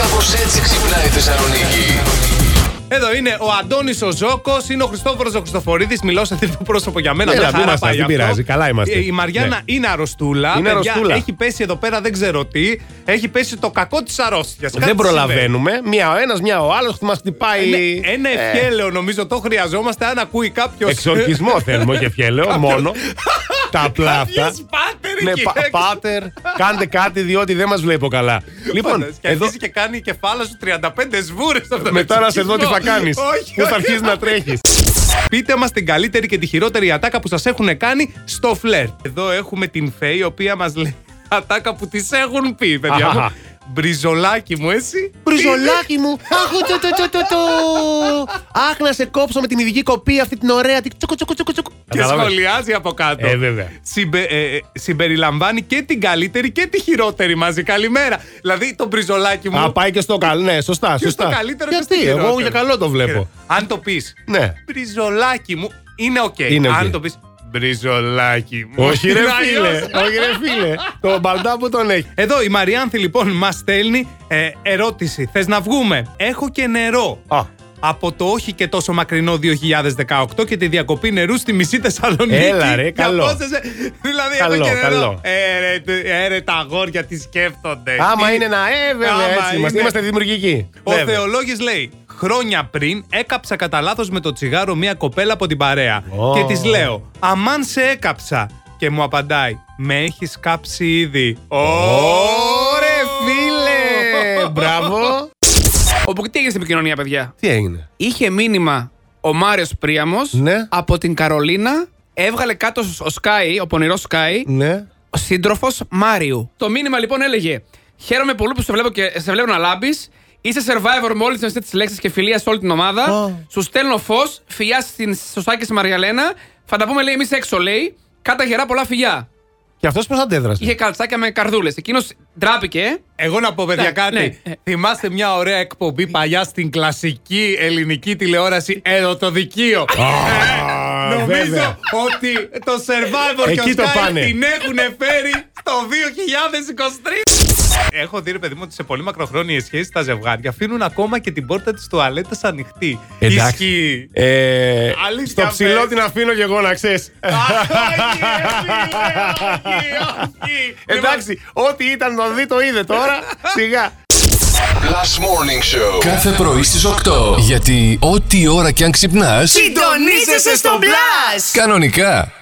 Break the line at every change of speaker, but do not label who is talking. Κάπως έτσι ξυπνάει η Θεσσαλονίκη.
Εδώ είναι ο Αντώνης ο Ζώκος, είναι ο Χριστόφορος ο Χριστοφορίδης. Μιλάω σε τέτοιο πρόσωπο για μένα.
Έλα,
Μια χαρά
μη μας τα,
πάει
Ναι, δεν
αυτό.
πειράζει, καλά είμαστε.
Ε, Η Μαριάννα
Ναι.
είναι αρρωστούλα.
Είναι
Παιδιά,
αρρωστούλα.
Έχει πέσει εδώ πέρα, δεν ξέρω τι. Έχει πέσει το κακό της αρρώστιας.
Δεν προλαβαίνουμε. Μία ο ένας, μία ο άλλος. Μας χτυπάει.
ναι, Ένα
Ε,
ευχέλαιο νομίζω το χρειαζόμαστε. Αν ακούει κάποιος.
Εξορκισμό θέλουμε, όχι ευχέλαιο, μόνο. Τα απλά αυτά. Ναι, πα- πάτερ, κάντε κάτι διότι δεν μας βλέπω καλά.
Λοιπόν,
Λοιπόν,
και
εδώ
αρχίζει και κάνει η κεφάλα σου 35 σβούρε αυτό το
μετά να σε δω τι θα
εξορκισμό.
κάνεις.
Όχι,
Πού θα
όχι.
αρχίσεις να τρέχεις.
Πείτε μας την καλύτερη και τη χειρότερη ατάκα που σας έχουν κάνει στο φλερ. Εδώ έχουμε την Φέη, η οποία μας λέει ατάκα που της έχουν πει, παιδιά μου.
Αχα.
Μπριζολάκι μου, εσύ.
Μπριζολάκι μου, αχ, το, το, το, το, το. Αχ, να σε κόψω με την ειδική κοπή αυτή την ωραία. Τι τσοκο, τσοκο, τσοκο, τσοκο.
Και σχολιάζει από κάτω.
Ε, βέβαια.
Συμπε- ε, ε, συμπεριλαμβάνει και την καλύτερη και τη χειρότερη μαζί. Καλημέρα. Δηλαδή το μπριζολάκι μου.
Α, πάει και στο καλό. Ναι, σωστά,
και στο
σωστά.
καλύτερο και
Γιατί,
στο
εγώ
χειρότερο.
για καλό το βλέπω.
Ε, Αν το πεις.
Ναι.
Μπριζολάκι μου είναι οκ.
Είναι οκ.
Αν το πεις. Μπριζολάκι μου.
Όχι ρε
είναι
φίλε,
αλλιώς.
όχι ρε φίλε. Το μπαρντά που τον έχει.
Εδώ η Μαριάνθη λοιπόν μας στέλνει ε, ερώτηση. Θες να βγούμε. Έχω και νερό.
Α.
Από το όχι και τόσο μακρινό 2018 και τη διακοπή νερού στη μισή Θεσσαλονίκη.
Έλα, ρε,
Για
καλό.
πόσες, ε, δηλαδή,
Καλό,
έχω και νερό.
καλό.
Ε, ρε, τε- ε, ρε, τα αγόρια τι σκέφτονται.
Άμα
Τι-
είναι να ε,
Άμα
βέβαια, έτσι είμαστε,
είναι-
είμαστε δημιουργικοί.
Ο
Βέβαια.
Θεολόγης λέει: Χρόνια πριν έκαψα κατά λάθος με το τσιγάρο μία κοπέλα από την παρέα.
Ω.
Και της λέω: Αμάν σε έκαψα. Και μου απαντάει: Με έχεις κάψει ήδη.
Ωρε φίλε! Μπράβο!
Όπου τι έγινε στην επικοινωνία, παιδιά.
Τι έγινε.
Είχε μήνυμα ο Μάριος Πρίαμος
Ναι.
από την Καρολίνα. Έβγαλε κάτω σ- ο Σκάι, ο πονηρός Σκάι,
Ναι.
ο σύντροφος Μάριου. Το μήνυμα λοιπόν έλεγε: Χαίρομαι πολύ που σε βλέπω, και, σε βλέπω να λάμπεις. Είσαι survivor με όλες τι τις λέξεις και φιλία σε όλη την ομάδα.
Α.
Σου στέλνω φως, φιλιά στην Σωσάκη στη Μαριαλένα. Θα τα πούμε, λέει, εμείς έξω, λέει. Κάτα γερά πολλά φιλιά.
Και αυτός πώς αντέδρασε.
Είχε καλτσάκια με καρδούλες. Εκείνος ντράπηκε.
Εγώ να πω, παιδιά,
Ναι,
κάτι.
ναι.
Θυμάστε μια ωραία εκπομπή παλιά στην κλασική ελληνική τηλεόραση Ερωτοδικείο. Ε, νομίζω
βέβαια.
ότι το Survivor και
Εκεί
ο
το
Sky
πάνε.
την έχουν φέρει στο 2023. Έχω δει, ρε παιδί μου, ότι σε πολύ μακροχρόνιες σχέσεις τα ζευγάρια αφήνουν ακόμα και την πόρτα της τουαλέτας ανοιχτή. Ισχύει.
Ε,
Αλήθεια,
στο ψηλό
πες.
την αφήνω και εγώ να ξέρεις.
Αχ, όχι, ρε φίλε, όχι, όχι.
Εντάξει, ό,τι ήταν το δει το είδε τώρα. Σιγά.
Last Morning Show.
Κάθε πρωί στις 8. Γιατί ό,τι ώρα κι αν ξυπνάς,
Συντονίζεσαι στο μπλα!
κανονικά